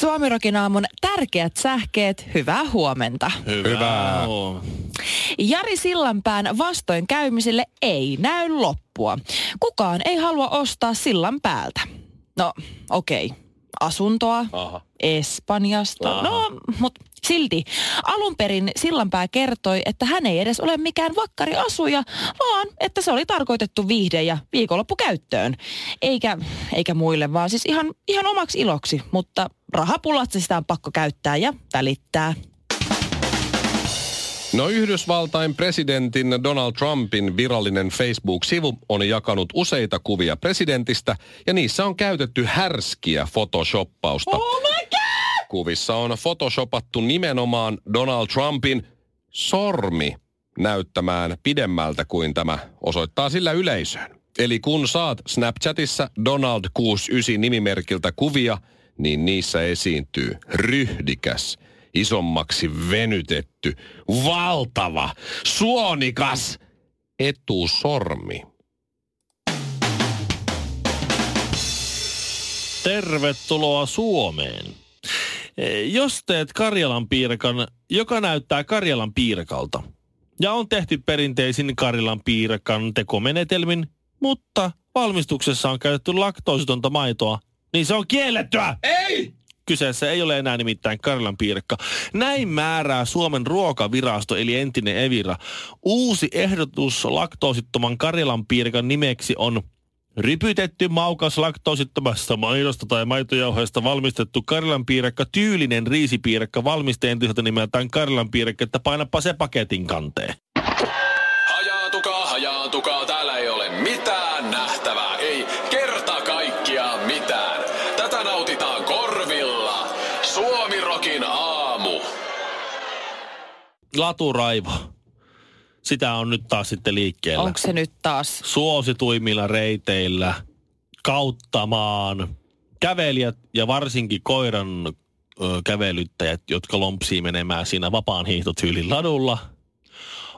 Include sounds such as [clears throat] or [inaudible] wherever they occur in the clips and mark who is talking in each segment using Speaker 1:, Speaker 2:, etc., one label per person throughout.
Speaker 1: Suomirokin aamun tärkeät sähkeet, hyvää huomenta.
Speaker 2: Hyvä.
Speaker 1: Jari Sillanpään vastoinkäymisille ei näy loppua. Kukaan ei halua ostaa sillan päältä. No, okei. Okay. Asuntoa,
Speaker 2: Aha.
Speaker 1: Espanjasta.
Speaker 2: Aha.
Speaker 1: No, mutta silti. Alun perin Sillanpää kertoi, että hän ei edes ole mikään vakkari asuja, vaan että se oli tarkoitettu viihde- ja viikonloppukäyttöön. Eikä, eikä muille, vaan siis ihan, ihan omaksi iloksi. Mutta rahapullatsa sitä on pakko käyttää ja välittää.
Speaker 2: No Yhdysvaltain presidentin Donald Trumpin virallinen Facebook-sivu on jakanut useita kuvia presidentistä ja niissä on käytetty härskiä photoshoppausta.
Speaker 1: Oh my god!
Speaker 2: Kuvissa on photoshopattu nimenomaan Donald Trumpin sormi näyttämään pidemmältä kuin tämä osoittaa sillä yleisöön. Eli kun saat Snapchatissa Donald 69 nimimerkiltä kuvia, niin niissä esiintyy ryhdikäs, isommaksi venytetty, valtava, suonikas etusormi.
Speaker 3: Tervetuloa Suomeen. Eh, Jos teet Karjalan piirakan, joka näyttää Karjalan piirakalta, ja on tehty perinteisin Karjalan piirakan tekomenetelmin, mutta valmistuksessa on käytetty laktoositonta maitoa, niin se on kiellettyä!
Speaker 2: Ei!
Speaker 3: Kyseessä ei ole enää nimittäin Karjalan piirakka. Näin määrää Suomen ruokavirasto eli entinen Evira. Uusi ehdotus laktoosittoman Karjalan piirakan nimeksi on rypytetty maukas laktoosittomasta maidosta tai maitojauheesta valmistettu Karjalan piirakka, tyylinen riisipiirakka valmisteen tyhjältä nimeltään Karjalan piirakka, että painapa se paketin kanteen.
Speaker 4: Hajaatukaa, hajaatukaa, täällä ei ole mitään nähtävää, ei kerta kaikkiaan mitään. Tätä nautitaan korvilla. Suomirokin aamu.
Speaker 3: Laturaivo. Sitä on nyt taas sitten liikkeellä.
Speaker 1: Onko se nyt taas?
Speaker 3: suosituimmilla reiteillä kauttamaan kävelijät ja varsinkin koiran ö, kävelyttäjät, jotka lompsii menemään siinä vapaan hiihtotyylin ladulla.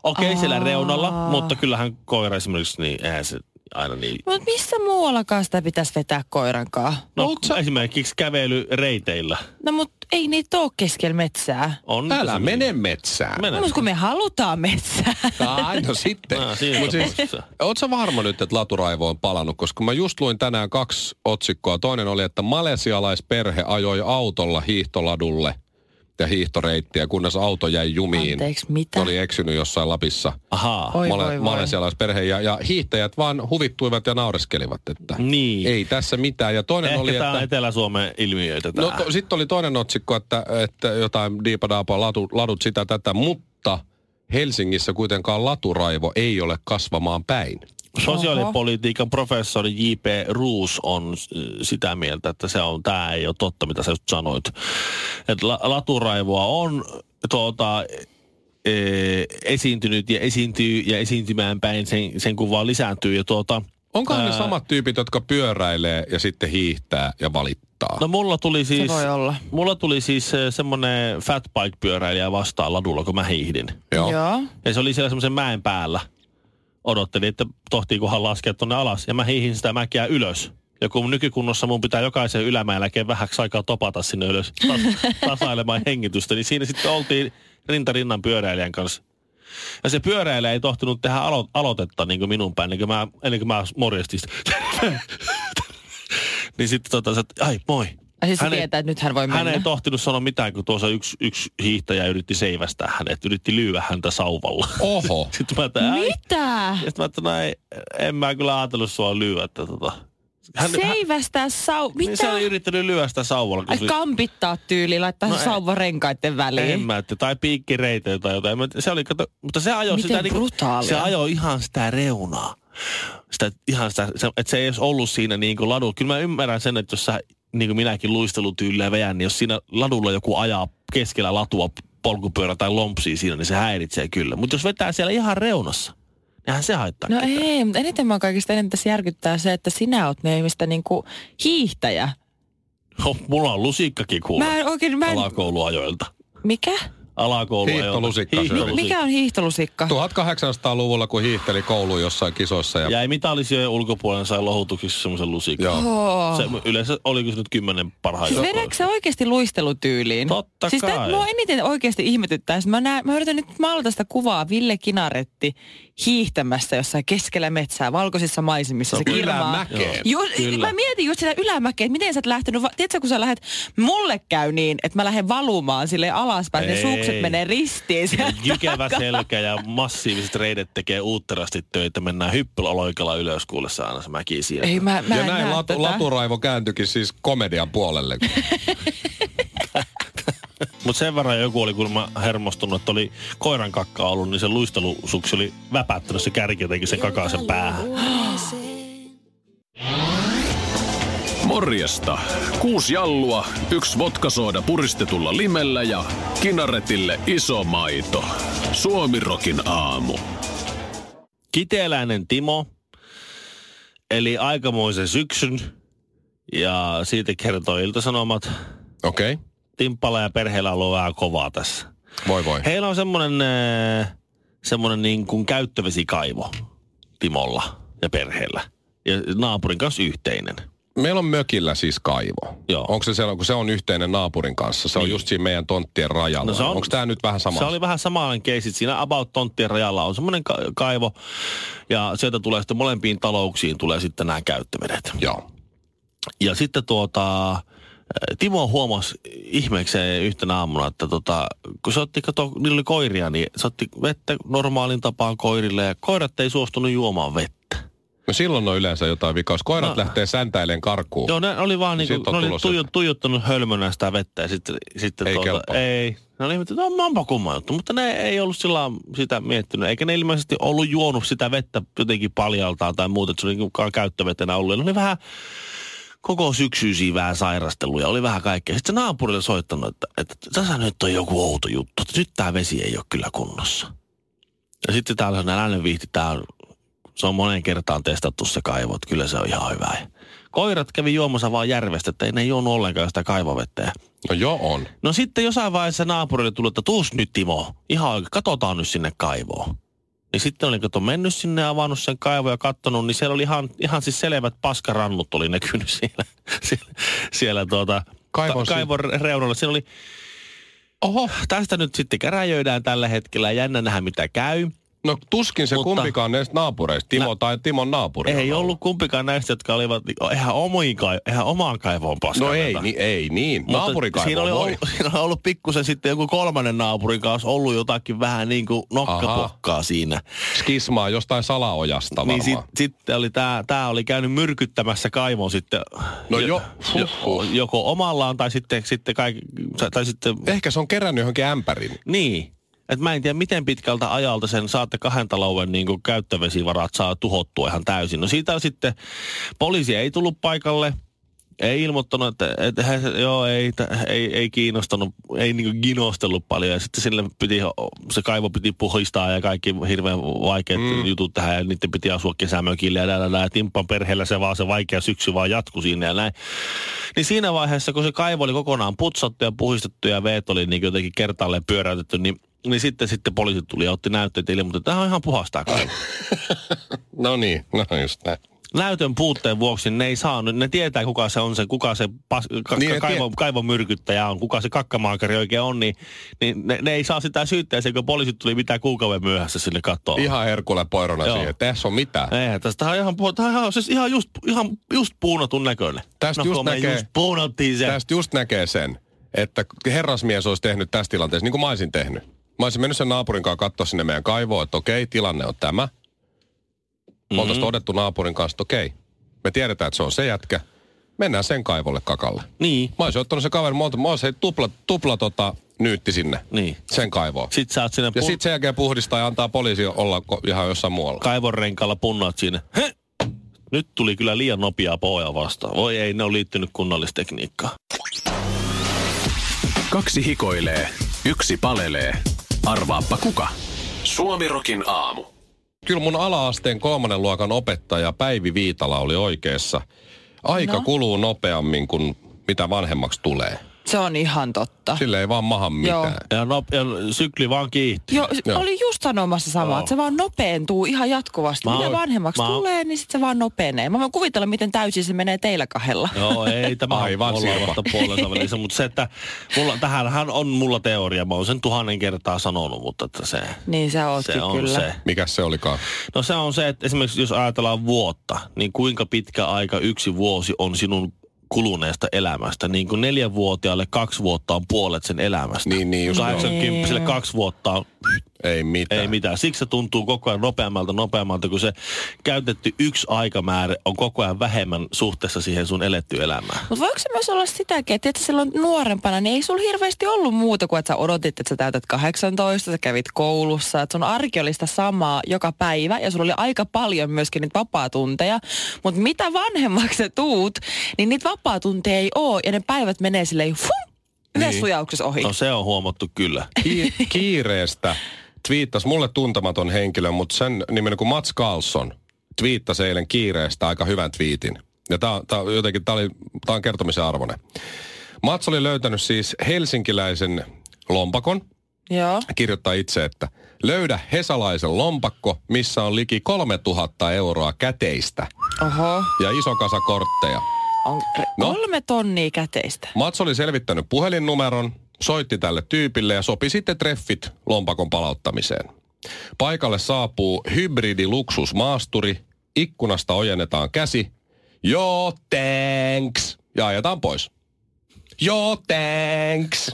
Speaker 3: Okei, okay, siellä
Speaker 1: Aa.
Speaker 3: reunalla, mutta kyllähän koira esimerkiksi, niin eihän se aina niin...
Speaker 1: Mutta missä muuallakaan sitä pitäisi vetää koirankaan?
Speaker 3: No, esimerkiksi kävelyreiteillä.
Speaker 1: No mut ei niitä ole keskellä metsää.
Speaker 3: On
Speaker 2: Älä
Speaker 3: se-
Speaker 2: mene metsään.
Speaker 3: Mene.
Speaker 1: Mutta kun me halutaan metsää.
Speaker 2: Ai, no
Speaker 3: [laughs]
Speaker 2: sitten.
Speaker 3: Ah, siinä
Speaker 2: Mut siis,
Speaker 3: tapauksessa.
Speaker 2: oot sä varma nyt, että laturaivo on palannut? Koska mä just luin tänään kaksi otsikkoa. Toinen oli, että malesialaisperhe ajoi autolla hiihtoladulle ja hiihtoreittiä, kunnes auto jäi jumiin.
Speaker 1: Anteeksi, mitä?
Speaker 2: Ne Oli eksynyt jossain Lapissa.
Speaker 3: Ahaa.
Speaker 1: Oi,
Speaker 2: Male-
Speaker 1: voi, voi.
Speaker 2: Malesialaisperhe ja, ja hiihtäjät vaan huvittuivat ja naureskelivat, että
Speaker 3: Niin.
Speaker 2: ei tässä mitään. Ja toinen
Speaker 3: Ehkä
Speaker 2: oli,
Speaker 3: tämä on
Speaker 2: että...
Speaker 3: Etelä-Suomen ilmiöitä
Speaker 2: No
Speaker 3: tää.
Speaker 2: to, sitten oli toinen otsikko, että, että jotain diipadaapaa latu, ladut sitä tätä, mutta Helsingissä kuitenkaan laturaivo ei ole kasvamaan päin.
Speaker 3: Sosiaalipolitiikan professori J.P. Ruus on s- sitä mieltä, että se on, tämä ei ole totta, mitä sä just sanoit. Että la, laturaivoa on tuota, e, esiintynyt ja esiintyy ja esiintymään päin, sen, sen kun vaan lisääntyy. Ja tuota,
Speaker 2: Onkohan ne
Speaker 3: Ää.
Speaker 2: samat tyypit, jotka pyöräilee ja sitten hiihtää ja valittaa?
Speaker 3: no mulla tuli siis,
Speaker 1: voi olla.
Speaker 3: mulla tuli siis eh, semmonen fatbike-pyöräilijä vastaan ladulla, kun mä hiihdin.
Speaker 1: Joo.
Speaker 3: Ja se oli siellä semmoisen mäen päällä. Odottelin, että tohtiikohan laskea tonne alas. Ja mä hiihin sitä mäkeä ylös. Ja kun nykykunnossa mun pitää jokaisen ylämäen jälkeen vähäksi aikaa topata sinne ylös tas- tasailemaan hengitystä, niin siinä sitten oltiin rintarinnan pyöräilijän kanssa. Ja se pyöräilijä ei tohtinut tehdä alo- aloitetta niin kuin minun päin, ennen kuin mä, ennen kuin mä morjestin sitä. [laughs] niin sitten tota, se, että, ai moi.
Speaker 1: Ai siis se
Speaker 3: Hän ei-
Speaker 1: tietää, että nyt hän voi mennä.
Speaker 3: hän ei tohtinut sanoa mitään, kun tuossa yksi, yksi hiihtäjä yritti seivästää hänet, yritti lyyä häntä sauvalla.
Speaker 2: Oho.
Speaker 3: Sitten mä ajattelin, ai.
Speaker 1: Mitä?
Speaker 3: Sitten mä ajattelin, no ei, en mä kyllä ajatellut sua lyödä. Että tota.
Speaker 1: Seivästää sau...
Speaker 3: niin
Speaker 1: Mitä?
Speaker 3: se oli yrittänyt lyödä sitä sauvalla. kun
Speaker 1: Ai
Speaker 3: se oli-
Speaker 1: kampittaa tyyli, laittaa
Speaker 3: No
Speaker 1: no
Speaker 3: ei.
Speaker 1: sauvarenkaiden väliin.
Speaker 3: en mä, että, tai piikkireiteä tai jotain. En mä- Se oli, kato, mutta se ajoi
Speaker 1: Miten
Speaker 3: sitä, niinku,
Speaker 1: brutaalia.
Speaker 3: se ajoi ihan sitä reunaa. Sitä, ihan sitä, se, että se ei edes ollut siinä niin kuin ladulla. Kyllä mä ymmärrän sen, niinku että jos sä, niin kuin minäkin luistelutyyliä veän, niin jos siinä ladulla joku ajaa keskellä latua polkupyörä tai lompsii siinä, niin se häiritsee kyllä. Mutta jos vetää siellä ihan reunassa, nehän se haittaa.
Speaker 1: No
Speaker 3: ketään.
Speaker 1: ei, mutta eniten mä kaikista eniten tässä järkyttää se, että sinä oot meimistä niinku hiihtäjä.
Speaker 3: Ho, No, mulla on lusikkakin kuulla.
Speaker 1: Mä en oikein, mä en,
Speaker 3: Alakouluajoilta.
Speaker 1: mikä?
Speaker 3: Alakouluajoilta.
Speaker 2: Hiihtolusikka se oli.
Speaker 1: Mi- mikä on hiihtolusikka?
Speaker 2: 1800-luvulla, kun hiihteli kouluun jossain kisoissa. Ja,
Speaker 3: Jäi mitallisijojen ulkopuolella sai lohutuksissa semmoisen lusikan.
Speaker 2: Joo.
Speaker 1: Oh.
Speaker 3: Se, yleensä oliko se nyt kymmenen parhaita?
Speaker 1: Siis vedätkö sä oikeasti luistelutyyliin?
Speaker 3: Totta
Speaker 1: siis
Speaker 3: kai.
Speaker 1: Siis mua eniten oikeasti ihmetyttää. Siis Mä, näen, mä yritän nyt maalata sitä kuvaa Ville Kinaretti hiihtämässä jossain keskellä metsää, valkoisissa maisemissa. Se,
Speaker 2: No,
Speaker 1: kirmaa.
Speaker 2: ylämäkeen.
Speaker 1: Ju,
Speaker 3: Kyllä.
Speaker 1: mä mietin just sitä ylämäkeä, että miten sä oot lähtenyt. va- Tiedätkö, kun sä lähet, mulle käy niin, että mä lähden valumaan sille alaspäin, ne
Speaker 3: Ei.
Speaker 1: sukset menee ristiin.
Speaker 3: Ja [laughs] Jykevä selkä ja massiiviset reidet tekee uutterasti töitä. Mennään hyppyllä loikalla ylös kuulessa aina se mäki siinä.
Speaker 1: Ei, mä, mä
Speaker 2: ja
Speaker 1: en
Speaker 2: näin
Speaker 1: näe
Speaker 2: latu,
Speaker 1: tätä.
Speaker 2: Laturaivo kääntyikin siis komedian puolelle.
Speaker 3: Mutta sen verran joku oli kuulemma hermostunut, että oli koiran kakka ollut, niin se luistelusuksi oli väpättänyt se kärki jotenkin sen kakasen päähän.
Speaker 4: Morjesta. Kuusi jallua, yksi vodkasooda puristetulla limellä ja kinaretille iso maito. Suomirokin aamu.
Speaker 3: Kiteeläinen Timo, eli aikamoisen syksyn, ja siitä kertoo Ilta-Sanomat.
Speaker 2: Okei, okay.
Speaker 3: Timppala ja perheellä on ollut vähän kovaa tässä.
Speaker 2: voi voi.
Speaker 3: Heillä on semmoinen äh, semmonen niin kuin käyttövesikaivo Timolla ja perheellä. Ja naapurin kanssa yhteinen.
Speaker 2: Meillä on mökillä siis kaivo.
Speaker 3: Joo. Niin.
Speaker 2: Onko se siellä, kun se on yhteinen naapurin kanssa? Se on just siinä meidän tonttien rajalla.
Speaker 3: No se on-
Speaker 2: Onko tämä nyt vähän sama?
Speaker 3: Se oli vähän samanlainen keissi. Siinä about tonttien rajalla on semmoinen ka- kaivo. Ja sieltä tulee sitten molempiin talouksiin tulee sitten nämä käyttövedet.
Speaker 2: Joo.
Speaker 3: Ja sitten tuota, äh, Timo huomasi ihmeekseen yhtenä aamuna, että tota, kun se otti, kato, niillä oli koiria, niin se otti vettä normaalin tapaan koirille ja koirat ei suostunut juomaan vettä.
Speaker 2: No silloin on yleensä jotain vikaa. Jos koirat no.
Speaker 3: No.
Speaker 2: lähtee säntäileen karkuun.
Speaker 3: Joo, ne oli vaan
Speaker 2: Siitä
Speaker 3: niinku,
Speaker 2: on
Speaker 3: ne oli
Speaker 2: tulossa.
Speaker 3: tuiju, tuijottanut hölmönä sitä vettä ja sitten, sitten tuota-
Speaker 2: Ei kelpaa.
Speaker 3: ei. Ne oli ihmettä, no onpa kumma juttu, mutta ne ei ollut sillä lailla sitä miettinyt. Eikä ne ilmeisesti ollut juonut sitä vettä jotenkin paljaltaan tai muuta, että se oli niinku ka- käyttövetenä ollut. Ja Ne oli vähän koko syksy siinä vähän sairasteluja, oli vähän kaikkea. Sitten se naapurille soittanut, että, että tässä nyt on joku outo juttu, että nyt tämä vesi ei ole kyllä kunnossa. Ja sitten täällä on äläinen viihti, tää on, se on monen kertaan testattu se kaivo, että kyllä se on ihan hyvä. Ja koirat kävi juomassa vaan järvestä, että ei ne juonut ollenkaan sitä kaivovettä. Ja
Speaker 2: No joo on.
Speaker 3: No sitten jossain vaiheessa naapurille tuli, että tuus nyt Timo, ihan oikein, katsotaan nyt sinne kaivoon. Niin sitten olin kato mennyt sinne ja avannut sen kaivon ja kattonut, niin siellä oli ihan, ihan siis selvät paskarannut oli näkynyt [laughs] siellä, siellä, siellä tuota,
Speaker 2: Kaivon
Speaker 3: kaivon,
Speaker 2: si-
Speaker 3: ta, kaivon reunalla. Siinä oli, oho, tästä nyt sitten käräjöidään tällä hetkellä ja jännä nähdä mitä käy.
Speaker 2: No tuskin se
Speaker 3: Mutta-
Speaker 2: kumpikaan näistä naapureista. Timo
Speaker 3: Nä-
Speaker 2: tai Timon naapuri. on
Speaker 3: Ei ollut kumpikaan näistä, jotka olivat, niin, eihän, omiin, kai- eihän omaan kaivoon
Speaker 2: No
Speaker 3: paskarannut.
Speaker 2: ei, niin, ei niin.
Speaker 3: Mutta
Speaker 2: Naapurikaivo
Speaker 3: siinä oli,
Speaker 2: voi.
Speaker 3: ollut, [laughs] siinä oli ollut pikkusen sitten joku kolmannen naapurin kanssa ollut jotakin vähän niin kuin nokkapokkaa siinä.
Speaker 2: Skismaa jostain salaojasta varmaan.
Speaker 3: Niin sit, sitten oli tää, tää oli käynyt myrkyttämässä kaivon sitten.
Speaker 2: No jo-
Speaker 3: jo,
Speaker 2: huhhuh.
Speaker 3: joko omallaan tai sitten, sitten kaik, tai sitten,
Speaker 2: Ehkä se on kerännyt johonkin ämpärin.
Speaker 3: niin. Et mä en tiedä, miten pitkältä ajalta sen saatte kahden talouden niin kuin käyttövesivarat saa tuhottua ihan täysin. No siitä on sitten, poliisi ei tullut paikalle, ei ilmoittanut, että, että he, joo, ei, tä- ei, ei kiinnostanut, ei niinku ginostellut paljon. Ja sitten sille piti, se kaivo piti puhistaa ja kaikki hirveän vaikeat mm. jutut tähän. Ja niiden piti asua kesämökillä ja näin, näin. Timppan perheellä se vaan se vaikea syksy vaan jatkui siinä ja näin. Niin siinä vaiheessa, kun se kaivo oli kokonaan putsattu ja puhistettu ja veet oli niin jotenkin kertaalleen pyöräytetty, niin niin sitten, sitten poliisit tuli ja otti näytteet ilmoitti, mutta tämä on ihan puhastaa kaivo.
Speaker 2: No niin, no just näin.
Speaker 3: näytön puutteen vuoksi ne ei saanut, ne tietää kuka se on se, kuka se pas, ka,
Speaker 2: Niin,
Speaker 3: niin,
Speaker 2: ne
Speaker 3: kaivon,
Speaker 2: tie-
Speaker 3: kaivomyrkyttäjä on, kuka se kakkamaakari oikein on, niin, niin ne, ne, ei saa sitä syytteeseen, kun poliisit tuli mitään kuukauden myöhässä sille kattoon.
Speaker 2: Ihan herkulle poirona
Speaker 3: Joo.
Speaker 2: siihen. Tässä on mitään.
Speaker 3: Eihän tästä tää on ihan, puh- tää on ihan, siis ihan, just, ihan just puunatun näköinen.
Speaker 2: Tästä
Speaker 3: no,
Speaker 2: just
Speaker 3: kun me
Speaker 2: näkee-
Speaker 3: just puunattiin se.
Speaker 2: Tästä just näkee sen, että herrasmies olisi tehnyt tässä tilanteessa, niin kuin mä olisin tehnyt. Mä olisin mennyt sen naapurin kanssa katsoa sinne meidän kaivoon, että okei, tilanne on tämä. Mm-hmm. Oltaisiin todettu naapurin kanssa, että okei, me tiedetään, että se on se jätkä. Mennään sen kaivolle kakalle.
Speaker 3: Niin,
Speaker 2: Mä olisin ottanut se kaveri, mä olisin mä olisin tupla, tupla tota, nyytti sinne,
Speaker 3: niin.
Speaker 2: sen kaivoon.
Speaker 3: Sitten sä oot siinä
Speaker 2: Ja
Speaker 3: pun-
Speaker 2: sitten sen jälkeen puhdistaa ja antaa poliisi olla ko- ihan jossain muualla.
Speaker 3: kaivon renkaalla punnaat siinä. Hä? Nyt tuli kyllä liian nopeaa pohjaa vastaan. Voi ei, ne on liittynyt kunnallistekniikkaan.
Speaker 4: Kaksi hikoilee, Yksi palelee. Arvaappa kuka? Suomirokin aamu.
Speaker 2: Kyllä mun ala-asteen kolmannen luokan opettaja Päivi Viitala oli oikeassa. Aika no.
Speaker 1: No.
Speaker 2: kuluu nopeammin kuin mitä vanhemmaksi tulee.
Speaker 1: Se on ihan totta.
Speaker 2: Sille ei vaan maha mitään.
Speaker 1: Joo.
Speaker 3: Ja, no, ja sykli vaan kiihtyy.
Speaker 1: Jo,
Speaker 2: Joo.
Speaker 1: Joo. oli just sanomassa samaa, että se vaan nopeentuu ihan jatkuvasti.
Speaker 3: Mä
Speaker 1: Mitä
Speaker 3: oon-
Speaker 1: vanhemmaksi
Speaker 3: mä oon-
Speaker 1: tulee, niin sit se vaan nopenee. Mä voin kuvitella, miten täysin se menee teillä kahdella.
Speaker 3: Joo, ei tämä
Speaker 2: [laughs] Aivan
Speaker 3: on
Speaker 2: sirpa.
Speaker 3: vasta puolensa välissä, mutta se, että mulla, tähänhän on mulla teoria, mä oon sen tuhannen kertaa sanonut, mutta että se,
Speaker 1: Niin sä ootkin
Speaker 3: se on
Speaker 1: kyllä.
Speaker 3: se.
Speaker 2: Mikäs se olikaan?
Speaker 3: No se on se, että esimerkiksi jos ajatellaan vuotta, niin kuinka pitkä aika yksi vuosi on sinun kuluneesta elämästä. Niin kuin neljänvuotiaalle kaksi vuotta on puolet sen elämästä.
Speaker 2: Niin, niin, just näin.
Speaker 3: 80 kaksi vuotta on
Speaker 2: Ei mitään.
Speaker 3: Ei mitään. Siksi se tuntuu koko ajan nopeammalta nopeammalta, kun se käytetty yksi aikamäärä on koko ajan vähemmän suhteessa siihen sun eletty elämään.
Speaker 1: Mutta voiko se myös olla sitäkin, että tiedätkö, silloin nuorempana, niin ei sulla hirveästi ollut muuta kuin, että sä odotit, että sä täytät 18, sä kävit koulussa, että sun arki oli sitä samaa joka päivä ja sulla oli aika paljon myöskin niitä vapaatunteja. Mutta mitä vanhemmaksi sä tuut, niin niitä vapaatunteja ei oo ja ne päivät menee silleen fum, niin. sujauksessa ohi.
Speaker 3: No se on huomattu kyllä.
Speaker 2: Ki- kiireestä twiittasi mulle tuntematon henkilö, mutta sen nimen kuin Mats Carlson twiittasi eilen kiireestä aika hyvän twiitin. Ja tämä jotenkin, tää oli, tää on kertomisen arvoinen. Mats oli löytänyt siis helsinkiläisen lompakon,
Speaker 1: Joo.
Speaker 2: kirjoittaa itse, että löydä hesalaisen lompakko, missä on liki 3000 euroa käteistä
Speaker 1: Oho.
Speaker 2: ja iso kasa kortteja.
Speaker 1: On
Speaker 2: No.
Speaker 1: no. kolme tonnia käteistä.
Speaker 2: Mats oli selvittänyt puhelinnumeron, soitti tälle tyypille ja sopi sitten treffit lompakon palauttamiseen. Paikalle saapuu hybridiluksusmaasturi, ikkunasta ojennetaan käsi. Joo, thanks! Ja ajetaan pois. Joo, thanks!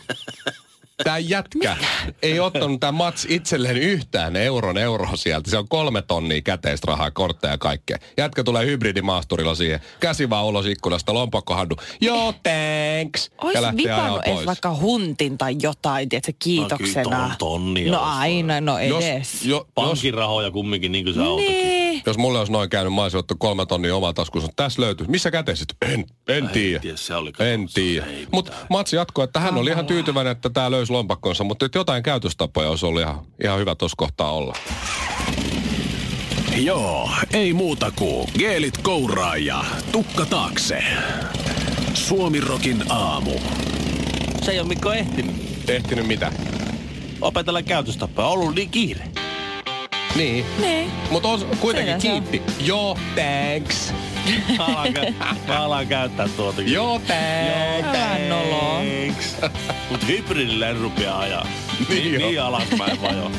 Speaker 2: Tämä jätkä ei ottanut tämä Mats itselleen yhtään euron euroa sieltä. Se on kolme tonnia käteistä rahaa, kortteja ja kaikkea. Jätkä tulee hybridimaasturilla siihen. Käsi vaan ulos ikkunasta, lompakko handu. Joo, thanks!
Speaker 1: Ois
Speaker 2: ja lähtee ajaa
Speaker 1: vipannut edes
Speaker 2: pois. No,
Speaker 1: vaikka huntin tai jotain, tiedätkö, kiitoksena.
Speaker 3: ton- tonnia
Speaker 1: no
Speaker 3: olisi
Speaker 1: aina, no
Speaker 2: Jos,
Speaker 1: edes.
Speaker 2: jo, jos,
Speaker 3: Pankin rahoja kumminkin, niin kuin se autokin.
Speaker 1: niin.
Speaker 2: jos mulle olisi noin käynyt, mä olisin ottanut kolme tonnia omaa taskuunsa. Tässä löytyy. Missä käteisit? En, en tiedä.
Speaker 3: tiedä, se oli
Speaker 2: En tiedä. Mutta Mats jatkoi, että hän oli ihan tyytyväinen, että tämä löysi lompakkonsa, mutta nyt jotain käytöstapoja olisi ollut ihan, ihan hyvä tuossa kohtaa olla.
Speaker 4: Joo, ei muuta kuin geelit kouraa ja tukka taakse. Suomirokin aamu.
Speaker 3: Se ei ole Mikko ehtinyt
Speaker 2: Ehtinyt mitä?
Speaker 3: opetella käytöstapaa. On ollut niin kiire.
Speaker 2: Niin.
Speaker 1: Niin.
Speaker 2: Mutta on kuitenkin
Speaker 1: Siinä se on.
Speaker 2: kiitti. Joo, thanks.
Speaker 3: Mä alan, kä- mä alan käyttää tuota. kyllä.
Speaker 2: Joo, thanks.
Speaker 1: Älä noloo.
Speaker 3: Thanks. Mut hybridillä en rupea ajaa.
Speaker 2: Niin
Speaker 3: Niin,
Speaker 2: joo.
Speaker 3: niin alaspäin vaan jo.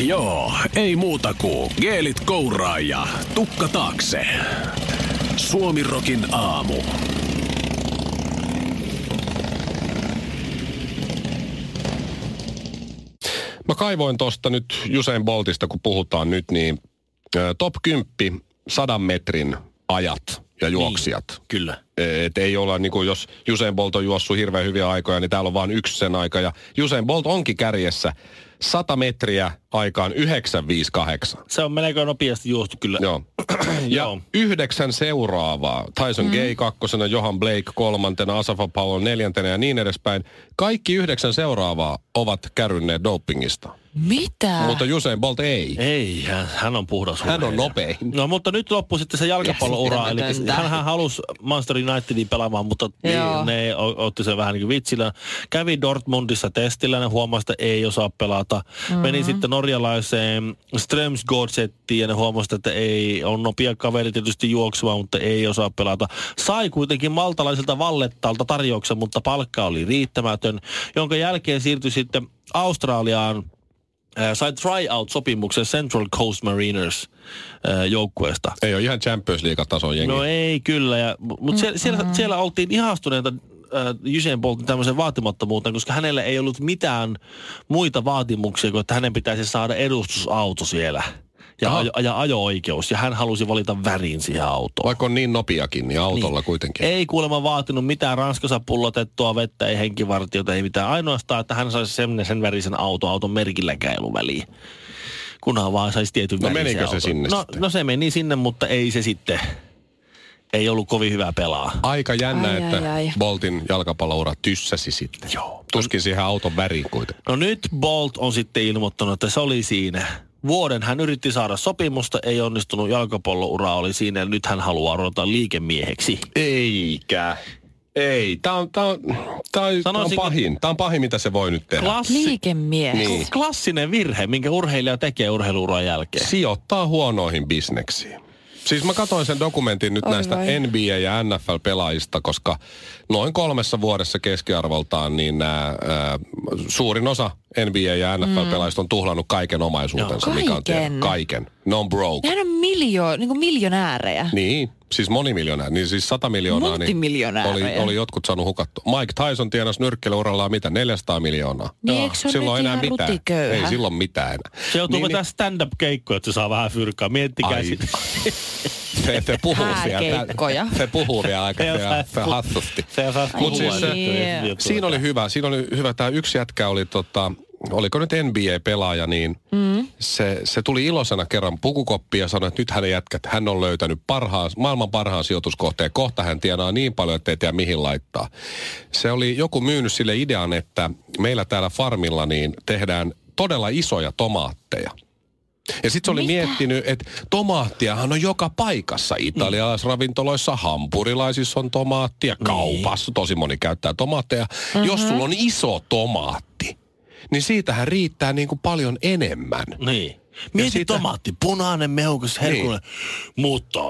Speaker 4: Joo, ei muuta kuin geelit kouraa ja tukka taakse. Suomirokin aamu.
Speaker 2: Mä kaivoin tosta nyt Usain Boltista, kun puhutaan nyt, niin ö, top 10 sadan metrin ajat
Speaker 3: Niin.
Speaker 2: ja juoksijat.
Speaker 3: Kyllä.
Speaker 2: Et ei olla, niin kuin jos Usain Bolt on juossut hirveän hyviä aikoja, niin täällä on vain yksi sen aika. Ja Usain Bolt onkin kärjessä 100 metriä aikaan 958.
Speaker 3: Se on melko nopeasti juostu kyllä.
Speaker 2: Joo. ja
Speaker 3: [clears throat] Joo.
Speaker 2: yhdeksän seuraavaa. Tyson mm. Gay kakkosena, Johan Blake kolmantena, Asafa Powell neljäntenä ja niin edespäin. Kaikki yhdeksän seuraavaa ovat kärynneet dopingista.
Speaker 1: Mitä?
Speaker 2: Mutta Usain Bolt ei.
Speaker 3: Ei, hän, hän on puhdas
Speaker 2: Hän on
Speaker 3: urheilija. [laughs]
Speaker 2: nopein.
Speaker 3: No mutta nyt loppu sitten se jalkapalloura. Eli
Speaker 1: Käsittämätöntä.
Speaker 3: hän halusi Manchester Unitedin pelaamaan, mutta
Speaker 1: Joo.
Speaker 3: niin, ne o- otti sen vähän niin kuin vitsillä. Kävi Dortmundissa testillä, ne huomasi, että ei osaa pelata. Mm-hmm. Meni sitten norjalaiseen Strömsgodsettiin ja ne huomasi, että ei, on nopea kaveri tietysti juoksua, mutta ei osaa pelata. Sai kuitenkin maltalaiselta vallettaalta tarjouksen, mutta palkka oli riittämätön, jonka jälkeen siirtyi sitten Australiaan Äh, sai tryout-sopimuksen Central Coast Mariners äh, joukkueesta.
Speaker 2: Ei ole ihan Champions League-tason jengi.
Speaker 3: No ei kyllä, mutta siellä, siellä, mm-hmm. siellä oltiin ihastuneita äh, Usain Boltin tämmöiseen vaatimattomuuteen, koska hänellä ei ollut mitään muita vaatimuksia kuin, että hänen pitäisi saada edustusauto siellä. Ja,
Speaker 2: Aha.
Speaker 3: ajo, ja ajo-oikeus. Ja hän halusi valita värin siihen autoon.
Speaker 2: Vaikka on niin nopeakin, niin autolla kuitenkin.
Speaker 3: Ei kuulemma vaatinut mitään Ranskassa pullotettua vettä, ei henkivartiota, ei mitään. Ainoastaan, että hän saisi sen, sen värisen auto, auton merkilläkään ei ollut väliä. Kunhan vaan saisi tietyn
Speaker 2: No
Speaker 3: värisen
Speaker 2: menikö se
Speaker 3: auton.
Speaker 2: sinne
Speaker 3: no,
Speaker 2: sitten?
Speaker 3: no se meni sinne, mutta ei se sitten. ei ollut kovin hyvä pelaa.
Speaker 2: Aika jännä,
Speaker 1: Ai, ai,
Speaker 2: että
Speaker 1: ai.
Speaker 2: Boltin jalkapalloura tyssäsi sitten. Joo. Tuskin siihen auton väriin kuitenkin.
Speaker 3: No nyt Bolt on sitten ilmoittanut, että se oli siinä. Vuoden hän yritti saada sopimusta, ei onnistunut, jalkapalloura oli siinä ja nyt hän haluaa ruveta liikemieheksi.
Speaker 2: Eikä. Ei. Tämä on, tää on, tää on, tää on
Speaker 3: Sanoisinko-
Speaker 2: pahin. Tämä on pahin, mitä se voi nyt tehdä.
Speaker 3: Klassi,
Speaker 1: Liikemies.
Speaker 2: Niin.
Speaker 3: klassinen virhe, minkä urheilija tekee urheiluuran jälkeen.
Speaker 2: sijoittaa huonoihin bisneksiin. Siis mä katsoin sen dokumentin nyt
Speaker 1: Oi
Speaker 2: näistä
Speaker 1: vai.
Speaker 2: NBA- ja NFL-pelaajista, koska noin kolmessa vuodessa keskiarvoltaan niin nää, ää, suurin osa NBA- ja NFL-pelaajista on tuhlannut kaiken omaisuutensa, mikä on tiedä,
Speaker 1: Mm. Kaiken.
Speaker 2: kaiken. Ne on broke.
Speaker 1: Nehän on miljo, niin kuin miljonäärejä.
Speaker 2: Niin, siis monimiljonääri, niin siis sata miljoonaa. Niin oli,
Speaker 1: Multimiljonäärejä.
Speaker 2: oli jotkut saanut hukattua. Mike Tyson tienasi nyrkkeilyurallaan mitä? 400 miljoonaa.
Speaker 1: Niin, eikö se ole
Speaker 2: silloin
Speaker 1: nyt
Speaker 2: enää
Speaker 1: ihan
Speaker 2: mitään.
Speaker 1: rutiköyhä?
Speaker 2: Ei silloin mitään enää.
Speaker 3: Se joutuu
Speaker 2: Niin,
Speaker 3: niin, vetämään stand-up-keikkoja, että se saa vähän fyrkkaa. Miettikää
Speaker 2: Ai.
Speaker 3: sitä.
Speaker 2: Se, se puhuu siellä.
Speaker 1: Äärikeikkoja.
Speaker 2: Se puhuu vielä
Speaker 3: [laughs]
Speaker 2: aika
Speaker 3: Se osaa
Speaker 2: se
Speaker 3: puhua.
Speaker 2: hassusti.
Speaker 3: Se osaa
Speaker 2: Mut
Speaker 3: puhua.
Speaker 2: siis se-
Speaker 3: Niin.
Speaker 2: Siinä oli hyvä, siinä oli hyvä. Tämä yksi jätkä oli, tota, oliko nyt NBA-pelaaja, niin mm. se, se, tuli iloisena kerran pukukoppiin ja sanoi, että nyt hänen jätkät, hän on löytänyt parhaan, maailman parhaan sijoituskohteen. Kohta hän tienaa niin paljon, että ei tiedä mihin laittaa. Se oli joku myynyt sille idean, että meillä täällä farmilla niin tehdään todella isoja tomaatteja. Ja sitten se oli miettinyt, että tomaattiahan on joka paikassa.
Speaker 3: Niin.
Speaker 2: Italialaisravintoloissa, hampurilaisissa on
Speaker 3: Niin.
Speaker 2: tomaattia, kaupassa tosi moni käyttää tomaatteja. Jos
Speaker 3: Mhm.
Speaker 2: sulla on iso tomaatti, niin siitähän riittää niin kuin paljon enemmän.
Speaker 3: Niin. Mieti
Speaker 2: siitä-
Speaker 3: siitä... tomaatti, punainen, meukas, herkullinen, niin. mutta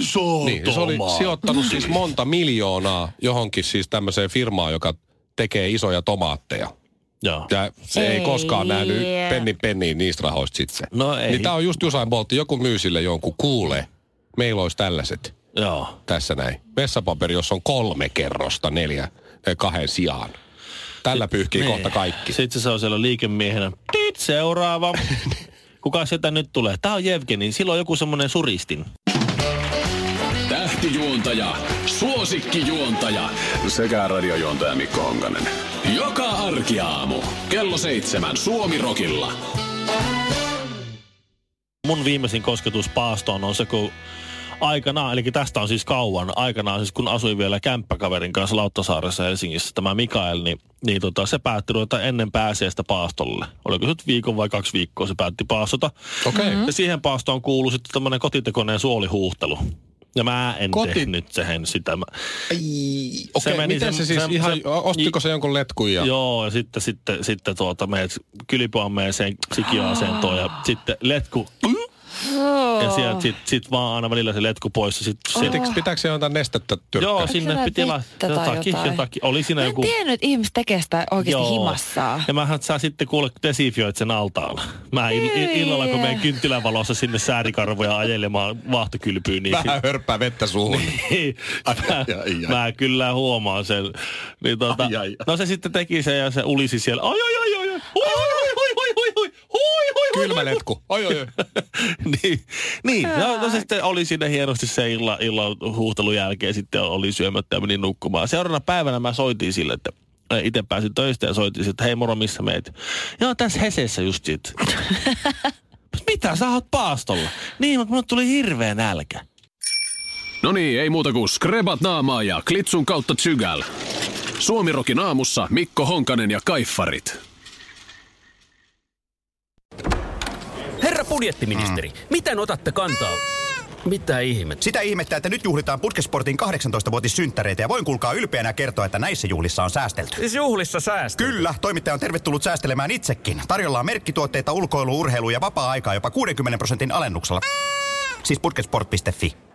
Speaker 3: iso
Speaker 2: Niin, ja se oli
Speaker 3: tomaatti. Niin.
Speaker 2: sijoittanut siis monta miljoonaa johonkin siis tämmöiseen firmaan, joka tekee isoja tomaatteja.
Speaker 3: Joo.
Speaker 2: Ja se ei,
Speaker 1: Ei.
Speaker 2: koskaan nähnyt penni penniin niistä rahoista sitten.
Speaker 3: No ei.
Speaker 2: Niin tää on just Usain Bolt, joku myy sille jonkun, kuule, meillä olisi tällaiset.
Speaker 3: Joo.
Speaker 2: tässä näin. Vessapaperi, jossa on kolme kerrosta neljä eh, kahden sijaan. Tällä pyyhkii
Speaker 3: Niin.
Speaker 2: kohta kaikki.
Speaker 3: Sitten se on siellä liikemiehenä. Tiit, seuraava. Kuka sieltä nyt tulee? Tää on Jevgenin. Silloin joku semmonen suristin.
Speaker 4: Tähtijuontaja, suosikkijuontaja sekä radiojuontaja Mikko Honkanen. Joka arkiaamu kello seitsemän Suomi Rokilla.
Speaker 3: Mun viimeisin kosketus paastoon on se, kun aikanaan, eli tästä on siis kauan, aikanaan siis kun asuin vielä kämppäkaverin kanssa Lauttasaaressa Helsingissä, tämä Mikael, niin, niin tota, se päätti ruveta ennen pääsiäistä paastolle. Oliko se nyt viikon vai kaksi viikkoa se päätti paastota.
Speaker 2: Okei.
Speaker 3: Ja siihen paastoon kuuluu sitten tämmöinen kotitekoinen suolihuuhtelu. Ja mä en
Speaker 2: Koti-
Speaker 3: Koti... tehnyt sehen sitä. Mä,
Speaker 2: Okei, okay,
Speaker 3: meni
Speaker 2: miten se,
Speaker 3: sen-
Speaker 2: siis
Speaker 3: sen-
Speaker 2: ihan,
Speaker 3: sen-
Speaker 2: ostiko se jonkun letkun ja...
Speaker 3: Joo, ja sitten, sitten, sitten tuota, meet kylpyammeeseen sikiaasentoon ja
Speaker 2: Ah.
Speaker 3: sitten letku. Ja sieltä sit, sit vaan aina välillä se letku pois ja sit se,
Speaker 2: Pitääkö, pitääkö se jotain nestettä tyrkkää?
Speaker 3: Joo,
Speaker 2: Joo.
Speaker 3: sinne
Speaker 1: jotain
Speaker 3: piti la-
Speaker 1: vettä tai
Speaker 3: jotakin,
Speaker 1: jotain?
Speaker 3: jotakin, jotakin. Oli siinä
Speaker 1: Mä en
Speaker 3: joku...
Speaker 1: tiennyt, että ihmiset tekee sitä oikeasti
Speaker 3: Joo.
Speaker 1: himassaan.
Speaker 3: Ja mähän sä sitten kuule desinfioit sen altaalla. Mä ill- ill- illalla, kun menen kynttilävalossa sinne säärikarvoja ajelemaan vahtokylpyyn, niin sit-
Speaker 2: Vähän hörppää vettä suuhun.
Speaker 3: Niin.
Speaker 2: Ai,
Speaker 3: mä,
Speaker 2: ai, ai.
Speaker 3: mä kyllä huomaan sen. Niin tota,
Speaker 2: Ai, ai, ai.
Speaker 3: No se sitten teki sen ja se ulisi siellä. Oi, oi, oi, oi, oi, oi, oi, oi, oi, oi, oi, oi, oi, oi,
Speaker 2: Kylmä letku. Oi, oi, oi.
Speaker 3: [laughs] niin, niin. No, no, se sitten oli siinä hienosti se illa, illan huuhtelun jälkeen sitten oli syömättä ja menin nukkumaan. Seuraavana päivänä mä soitin sille, että itse pääsin töistä ja soitin sille, että hei moro, missä meet? Joo, tässä Hesessä just sit. Mitä, sä oot paastolla? Niin, mutta mulle tuli hirveä nälkä.
Speaker 4: No niin, ei muuta kuin skrebat naamaa ja klitsun kautta tsygäl. Suomi Rokin aamussa Mikko Honkanen ja Kaiffarit.
Speaker 5: Herra budjettiministeri, mm. miten otatte kantaa? Mitä ihmettä?
Speaker 6: Sitä ihmettä, että nyt juhlitaan Putkesportin 18-vuotissynttäreitä ja voin kuulkaa ylpeänä kertoa, että näissä juhlissa on säästelty.
Speaker 5: Siis juhlissa säästö.
Speaker 6: Kyllä, toimittaja on tervetullut säästelemään itsekin. Tarjolla on merkkituotteita, ulkoilu, urheilu ja vapaa-aikaa jopa 60 prosentin alennuksella. Siis putkesport.fi.